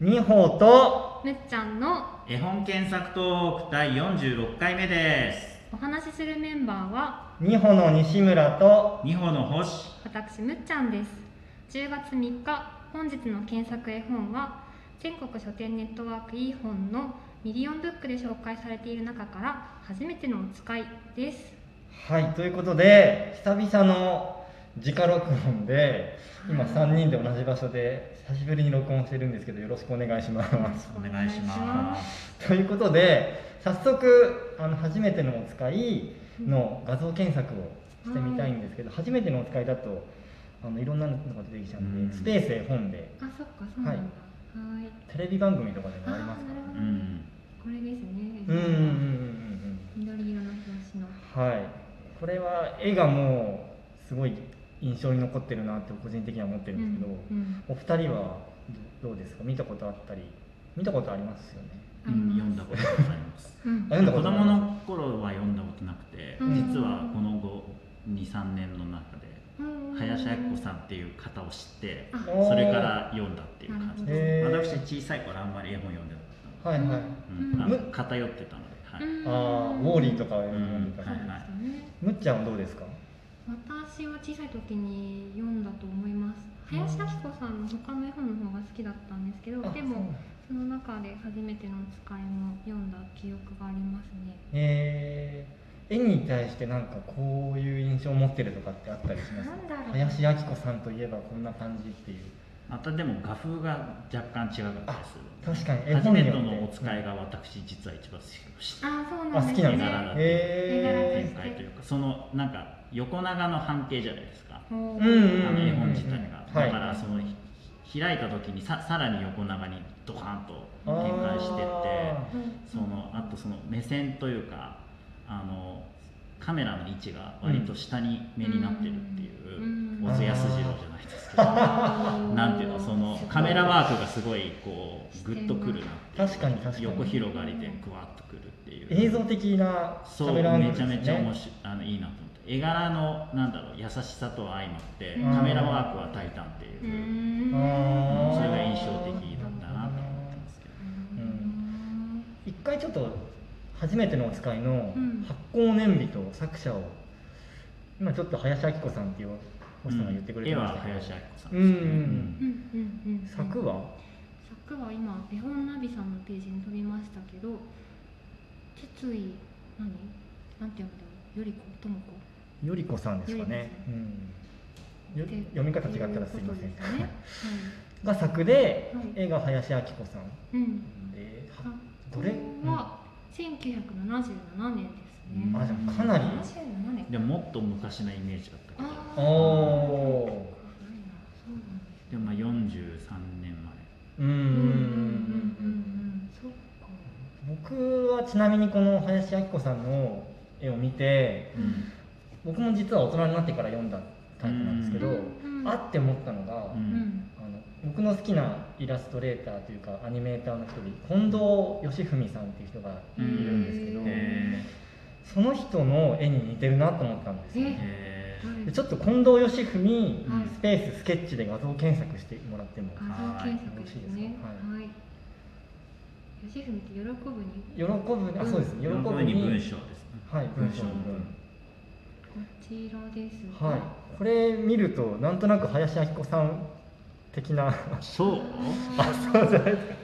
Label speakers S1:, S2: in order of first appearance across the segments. S1: 二歩と
S2: むっちゃんの
S3: 絵本検索トーク第46回目です
S2: お話しするメンバーは
S1: 二歩の西村と
S3: 二歩の星
S2: 私むっちゃんです10月3日本日の検索絵本は全国書店ネットワーク e 本のミリオンブックで紹介されている中から初めてのお使いです
S1: はいということで久々の直録音で今
S2: はい
S1: 3人で同じ場所で久しぶりに録音してるんですけどよろしくお願いします
S3: お願いします
S1: ということで早速あの初めてのお使いの画像検索をしてみたいんですけど、初めてのお使いだとあのいろんなのが出てきちゃうんで、
S3: うん
S1: スペース絵本で
S2: あそっかそうなんだはーい
S1: テレビ番組とかでもありますか
S2: あー
S1: ら
S3: う
S1: ね
S3: ん
S2: これですね
S1: うんうんうんうんうん
S2: 緑色の表紙の
S1: はい、これは絵がもうすごい印象に残ってるなって個人的には思ってるんですけど、
S2: うんうん
S1: お二人はどどうですか見たことあったり見たことありますよね
S2: あり
S3: うん
S2: ます
S3: 読んだことがあります
S2: うん
S1: あ
S3: 子
S1: 読んだことない
S3: 供の頃は読んだことなくて
S2: うん
S3: 実はこの後23年の中で
S2: うんうん
S3: 林明子さんっていう方を知って
S2: あ
S1: おー
S3: それから読んだっていう感じ
S1: へ
S3: で
S1: ー
S3: 私小さい頃あんまり絵本読んでなかっ
S1: はいはい、
S3: た
S2: うん
S3: の、うん
S1: む
S3: あ偏ってたので、はい
S1: ああウォーリーとかは読んでた
S2: そ
S1: り、
S2: う
S3: う
S2: です
S3: ん
S2: よね
S1: むっちゃんはどうですか
S2: 私は小さい時に読んだと思います林明子さんの他の絵本の方が好きだったんですけど
S1: あ
S2: で
S1: そうな
S2: も
S1: んだ
S2: その中で初めてのお使いも読んだ記憶がありますね
S1: えー絵に対してなんかこういう印象を持ってるとかってあったりします
S2: なんだろう
S1: 林明子さんといえばこんな感じっていう
S3: またでも画風が若干違かったりする
S1: あ確かに絵
S3: 初
S1: 本に
S3: め
S1: よって
S3: てのお使いが私実は一番好きかもしれな
S2: あ
S3: い
S2: あそう
S1: あ
S2: なん
S1: 好
S2: で
S1: き
S2: す
S1: な
S2: ね
S1: ん
S3: だ
S1: だ、
S3: ね
S1: へ
S3: 展開というかそのなんか横長の半径じゃないですか、
S2: ほ
S1: うんう
S3: あ
S1: ん
S3: の絵本自体が、
S1: はい
S3: だからそのひ開いた時にささらに横長にドカン
S1: ー
S3: と展開してって
S1: あ
S3: そのあとその目線というかあのカメラの位置が割と下に目になってるっていう、
S2: うん
S3: 小津安二郎じゃないですけど、なんていうのそのカメラワークがすごいこうグッとくるなっていう
S1: 確かに確かに
S3: 横広がりでグワッとくるっていう
S1: ー映像的な
S3: そ
S1: カ
S3: う
S1: メラアングルです
S3: めちゃ
S1: ね
S3: めちゃ面白いあのいいなと思って絵柄のなんだろう優しさと相まって
S2: うん
S3: カメラワークは大胆っていう
S2: ん
S3: う、
S1: あー
S3: それが印象的だったなと思ってますけど、
S2: うん
S1: 一回ちょっと初めてのお使いの
S2: うん
S1: 発行年日と作者を、今ちょっと林明子さんっていう星さんが言ってくれて
S3: 絵
S1: ま
S3: は
S1: したけど、
S3: 林明子さんですね、
S1: うんうん
S2: うんうんうん
S1: 作は
S2: 作は今絵本ナビさんのページに飛びましたけど鉄意何なんて読むんだろうよりこともこ
S1: よりこさんですかね、うん、よ
S2: って
S1: 読み方違ったらすいません、
S2: いうことですね
S1: が作で、
S2: はい
S1: 絵が林明子さ
S2: うんうん
S1: んで
S2: あ
S1: どれ
S2: こは1977年ですね
S1: あじゃあかなり
S2: 77年
S3: でももっと昔のイメージだったけど
S2: あ
S1: お
S2: ー
S1: お
S2: 古いなそうなんですね
S3: でもまあ43年
S1: ーうんうんうん
S2: うんうんう
S1: うん
S2: んうんそっか
S1: 僕はちなみにこの林明子さんの絵を見て
S3: 前、うん
S1: 僕も実は大人になってから読んだタイプなんですけど、
S2: うんうん
S1: あって思ったのが、
S3: う
S2: うんん
S1: あの僕の好きなイラストレーターというかアニメーターの一人近藤義文さんっていう人がいるんですけど、
S3: え
S1: その人の絵に似てるなと思ったんですよ
S3: ー
S1: ね。
S3: えー
S1: でちょっと近藤義文
S2: はい
S1: スペーススケッチで画像検索してもらっても
S2: 画像検索ですね
S1: は
S2: はい吉文って喜ぶに
S1: 喜ぶあそうです喜
S3: 喜
S1: ぶ
S3: ぶに
S1: に
S3: 文章ですね
S1: はい文章の
S3: 文章
S1: 文
S2: こちらですが
S1: はい、これ見るとなんとなく林明子さん的な
S3: そう
S2: あそうじゃないですか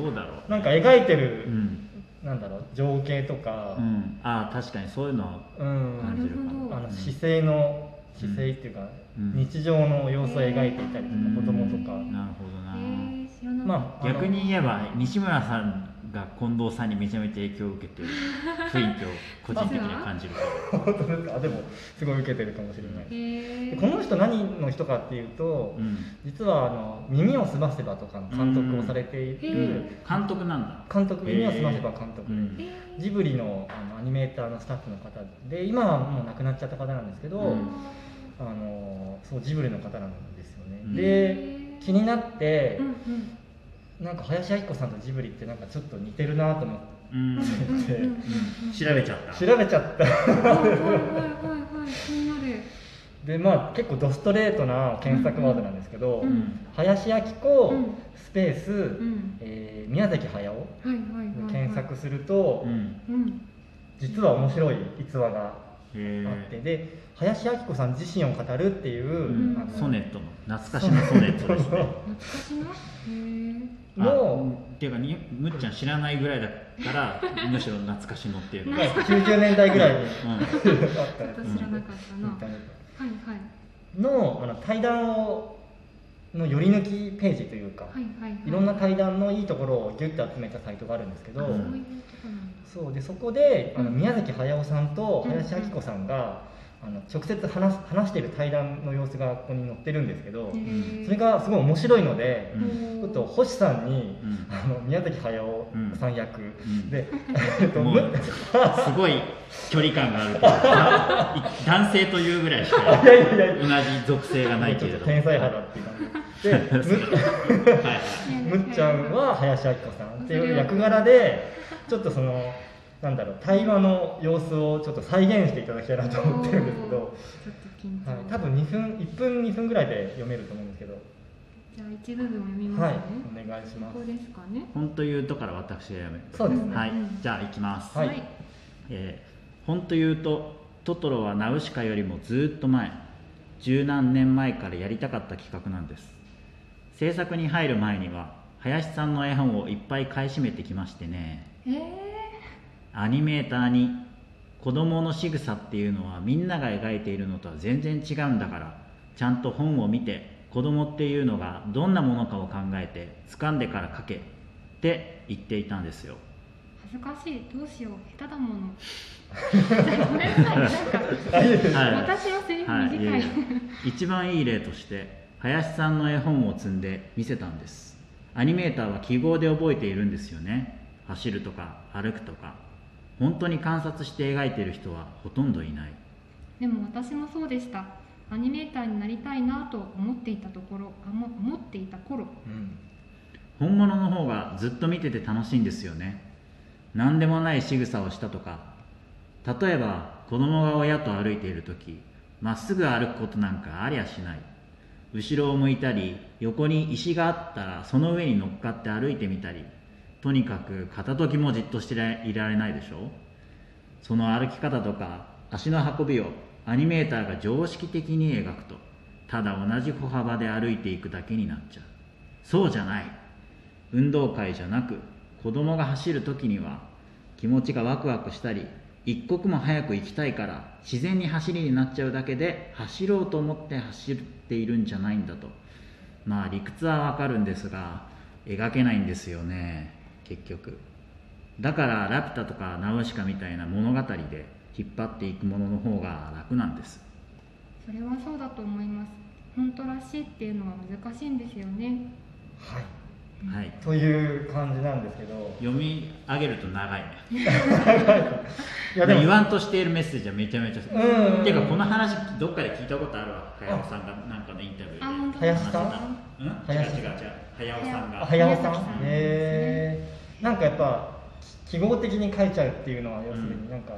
S3: どうだろう
S1: なんか描いてる、
S3: うん、
S1: なんだろう情景とか
S3: う、ん、ああ確かにそういうのは
S1: うん
S3: 感じるかも
S2: なるほど
S1: あの姿勢の姿勢っていうか、
S3: うん
S1: 日常の様子を描いていたりとか、
S3: うん
S1: 子供とか、
S2: うん
S3: なるほどな、
S2: えー、知らなかっ
S1: まああの
S3: 逆に言えば西村さんが近藤さんにめちゃめちゃ影響を受け てる雰囲気を個人的には感じるけど
S1: 本当ですかあでもすごい受けてるかもしれない
S2: た、へ
S1: で
S2: え
S1: この人何の人かっていうと、
S3: うん
S1: 実はあの「耳をすませば」とかの監督をされてい
S2: うん
S1: る、
S3: 監督なんだ
S1: 監督「耳をすませば」監督で、
S3: うん
S2: えー
S1: ジブリのあのアニメーターのスタッフの方で今はもう亡くなっちゃった方なんですけど、
S3: うん
S1: あのそうジブリの方なんですよね、
S3: うん
S1: で気になって
S2: うん、うん
S1: なんか林明子さんとジブリってなんかちょっと似てるなと思って
S3: うん、うん、
S2: うんうんうんうん
S3: 調べちゃった
S1: 調べちゃった
S2: はいはいはいはいはい気になる
S1: でまあ結構ドストレートな検索ワードなんですけど、
S2: うん
S1: 林明子、
S2: うん
S1: スペース、
S2: うん
S1: えー宮崎駿で
S2: はいはいはい、はい、
S1: 検索すると、
S3: うん
S2: うん
S1: 実は面白い逸話が
S3: へ
S1: あって
S3: え
S1: で林明子さん自身を語るっていうう、
S2: ん
S1: あの
S3: ソネットの懐かしのソネットですね
S2: 懐かしいなへえ
S1: そうの
S3: あっていうかにむっちゃん知らないぐらいだからむしろ懐かしのっていう
S1: ま
S3: か
S1: あ、90年代ぐらいにあ
S3: う
S1: ったや
S2: ちょっと
S1: つ
S2: 知らなかっ
S1: イ
S2: た
S1: ン
S2: な、
S1: ター
S2: はい
S1: ネット
S2: はい
S1: のあの対談をの寄り抜きページというか、
S2: はいはいはい
S1: いろんな対談のいいところをギュッと集めたサイトがあるんですけど、
S2: あそうういうんとこなんだ
S1: そうでそこであの
S2: うん
S1: 宮崎駿さんと
S2: うん
S1: 林明子さんが、あの直接話す話している対談の様子がここに載ってるんですけど、
S2: へー
S1: それがすごい面白いので、
S3: うん
S1: ちょっと星さんに、
S3: うん
S1: あの宮崎駿さん役、
S3: ん
S1: で、 えっと
S3: も
S1: む
S3: うすごい距離感があるという か男性というぐらいしか
S1: いやいやいや
S3: 同じ属性がない
S1: ち
S3: け
S1: ょっ
S3: れ
S1: と
S3: ども
S1: 天才肌っていう 感じでむ
S3: はい
S1: むっちゃんは林明子さんっていう役柄でちょっとそのなんだろう対話の様子をちょっと再現していただきたいなと思ってるんですけ
S2: おー
S1: ど、
S2: ちょっと緊張、
S1: はい、多分2分1分2分ぐらいで読めると思うんですけど
S2: じゃあ一部分を読みま
S1: は
S2: す
S1: い
S2: ね、
S1: お願いしま
S2: ここ
S1: す
S2: ですかね
S3: 本というとから私がやめ
S1: そうですね
S3: はい
S2: うん
S3: じゃあ行きます、
S1: はい
S3: えー本というとトトロはナウシカよりもずっと前十何年前からやりたかった企画なんです制作に入る前には林さんの絵本をいっぱい買い占めてきましてね
S2: えー、
S3: アニメーターに子供の仕草っていうのはみんなが描いているのとは全然違うんだからちゃんと本を見て子供っていうのがどんなものかを考えて掴んでから描けって言っていたんですよ
S2: 恥ずかしいどうしよう下手だも のごめんなさいなんか
S3: はい
S2: 私のセリフ
S3: はい、い
S2: 短
S3: え
S2: い、
S3: いえ一番いい例として林さんの絵本を積んで見せたんですアニメーターは記号で覚えているんですよね走るとか歩くとか本当に観察して描いている人はほとんどいない
S2: でも私もそうでしたアニメーターになりたいなと思っていたところあも思っていた頃
S1: うん
S3: 本物の方がずっと見てて楽しいんですよね何でもない仕草をしたとか例えば子供が親と歩いている時まっすぐ歩くことなんかありゃしない後ろを向いたり横に石があったらその上に乗っかって歩いてみたりとにかく片時もじっとしていられないでしょその歩き方とか足の運びをアニメーターが常識的に描くとただ同じ歩幅で歩いていくだけになっちゃうそうじゃない運動会じゃなく子供が走る時には気持ちがワクワクしたり一刻も早く行きたいから自然に走りになっちゃうだけで走ろうと思って走っているんじゃないんだとまあ理屈はわかるんですが描けないんですよね結局だから「ラピュタ」とか「ナウシカ」みたいな物語で引っ張っていくものの方が楽なんです
S2: それはそうだと思います本当らしいっていうのは難しいんですよね
S1: はい
S3: はい
S1: という感じなんですけど
S3: 読み上げると長いね
S1: いやで
S3: でも
S1: も
S3: 言わんとしているメッセージはめちゃめちゃ
S1: うん
S3: ていうかこの話どっかで聞いたことあるわ早尾さんがなんかのインタビューで
S2: あ本当
S1: 林さん
S3: うん違う
S1: 林
S3: 違う違う早尾さん
S1: あ早尾さ
S3: が
S2: 早尾
S1: ん
S2: さん
S1: へえなんかやっぱき記号的に書いちゃうっていうのは要する
S3: うん
S1: になんか、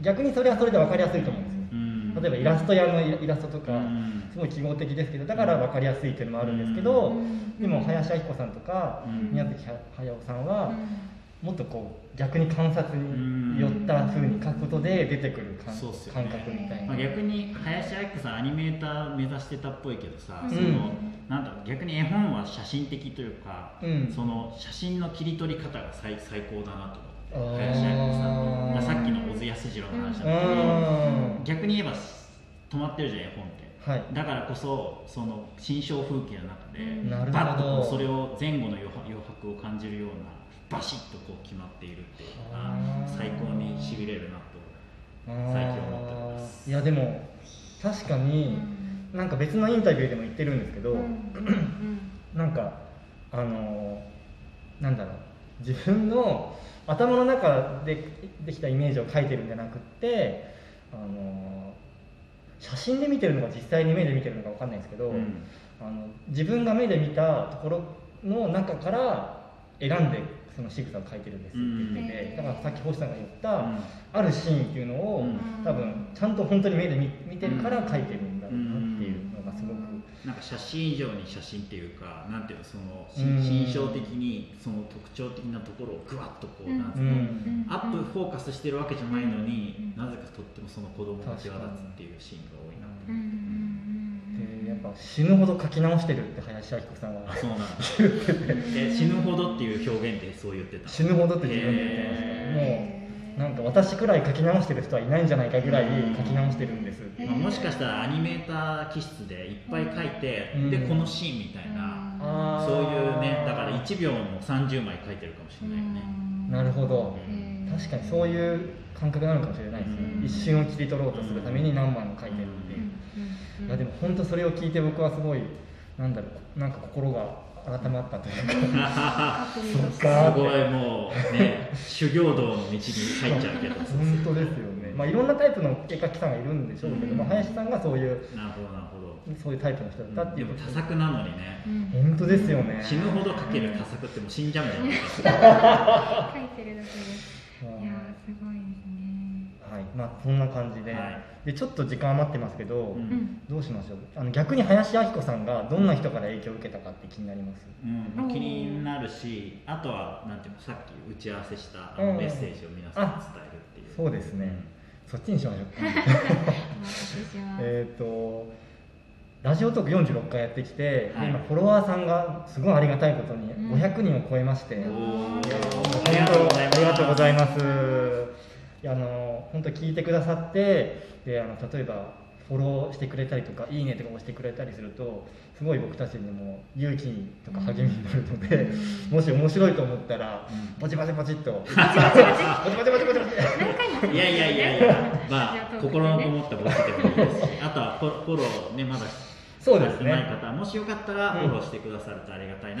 S1: 逆にそれはそれで分かりやすいと思うんですよ、
S3: うん
S1: 例えばイラスト屋のイライラストとか、
S3: うん
S1: すごい記号的ですけどだから分かりやすいっていうのもあるんですけど、
S2: うん
S1: でも林明子さんとか、
S3: うん
S1: 宮崎駿さん
S2: う
S1: は、
S2: ん
S1: もっとこう逆に観察に寄った風に書くことで出てくる感,、
S3: そうっすよね
S1: 感覚みたい
S3: ま
S1: な、
S3: あ、逆に林明子さんアニメーター目指してたっぽいけどさ、
S2: うん
S3: そのなんだろう逆に絵本は写真的というか、
S1: うん
S3: その写真の切り取り方が最最高だなと思っ
S1: あ
S3: て
S1: ー
S3: 林明子さんのさっきの小津安二郎の話だったけど、
S1: うん
S3: 逆に言えば止まってるじゃん絵本って。
S1: はい
S3: だからこそその新象風景の中で、
S2: うん
S1: なるほど
S3: バッとこうそれを前後の余白余白を感じるようなバシッとこう決まっているっていうのが
S1: あー
S3: 最高にしびれるなと最近思っております
S1: あーいやでも確かに、なんか別のインタビューでも言ってるんですけど、
S2: うんうん
S1: なんかあのーなんだろう自分の頭の中でできたイメージを描いてるんじゃなくって、あのー写真で見てるのか実際に目で見てるのかわかんないんですけど、
S3: うん
S1: あの自分が目で見たところの中から選んでその仕草を描いてるんですって言ってて、
S2: うん
S1: だからさっき星さんが言った、
S3: うん
S1: あるシーンっていうのを、
S3: うん
S1: 多分ちゃんと本当に目で見見てるから描いてるんだろうなっていうのがすごく、
S3: なんか写真以上に写真っていうかなんていうのそのし
S1: うん
S3: 心象的にその特徴的なところをグワッとこう、
S2: うん
S3: なんつう
S1: う
S3: の、
S1: ん
S3: アップフォーカスしてるわけじゃないのに、
S2: うん
S3: なぜかとってもその子供が際立つっていうシーンが多いな
S2: うん
S1: でやっぱ死ぬほど描き直してるって林明子さんは
S3: あそうなんだ
S2: うん
S3: え死ぬほどっていう表現ってそう言ってた
S1: 死ぬほどって自分で言ってましたも
S2: へ
S1: う
S2: ー
S1: なんか私くらい描き直してる人はいないんじゃないかぐらい
S3: うん
S1: 描き直してるんですって
S2: へー
S3: まあ、もしかしたらアニメーター気質でいっぱい書いて、
S1: うん
S3: でこのシーンみたいな、
S2: あ
S1: あー
S3: そういうねだから1秒も30枚書いてるかもしれないよね、
S1: なるほど
S2: うん
S1: 確かにそういう感覚なのかもしれないですね、
S2: うん
S1: 一瞬を切り取ろうとするために何枚も書いてるっていう、いやでも本当それを聞いて僕はすごいなんだろうなんか心が改まったというかそっか
S3: すごいもうね修行道の道に入っちゃうけど
S1: 本当ですよね、まあ、いろんなタイプの絵描きさんがいるんでしょうけど、
S2: うん
S1: まあ、林さんがそういう
S3: なるほどなるほど
S1: そういうタイプの人だったって
S3: で
S1: いう
S3: も多作なのにね
S1: 本当ですよね
S3: 死ぬほどかける多作ってもう死んじゃうんじゃないか
S2: 書いてるだけです
S1: うん
S2: いやーすごいですね
S1: はいまあそんな感じで,、
S3: はい
S1: でちょっと時間余ってますけど、
S3: うん
S1: どうしましょうあの逆に林明子さんがどんな人から影響を受けたかって気になります
S3: うん、気になるしあとはなんていうのさっき打ち合わせしたあの
S1: うん
S3: メッセージを皆さんに伝えるっていう
S1: そうですね、そっちにしまし ょうか
S2: お待たせします
S1: えっとラジオトーク46回やってきて、で
S3: はい
S1: 今フォロワーさんがすごいありがたいことに
S2: うん
S1: 500人を超えまして、
S2: う
S3: お
S2: ん
S1: あ
S3: おーあり
S1: り
S3: が
S1: がと
S3: とう
S1: う
S3: ございます
S1: ございます。いやあの本当聞いてくださって、であの例えばフォローしてくれたりとか、いいねとか押してくれたりすると、すごい僕たちにも勇気とか励みになるので、もし面白いと思ったら
S3: うん、
S1: ポチポチポチっと、ポチポチポチポチポチ。
S2: 何回も
S3: いやいやいやい や、まあ、心のこもったボケでもいいですし、あとはフォローフォローね、まだ
S1: そうです
S3: してない
S1: ね。
S3: 方、もしよかったらフォローしてくださるとありがたいな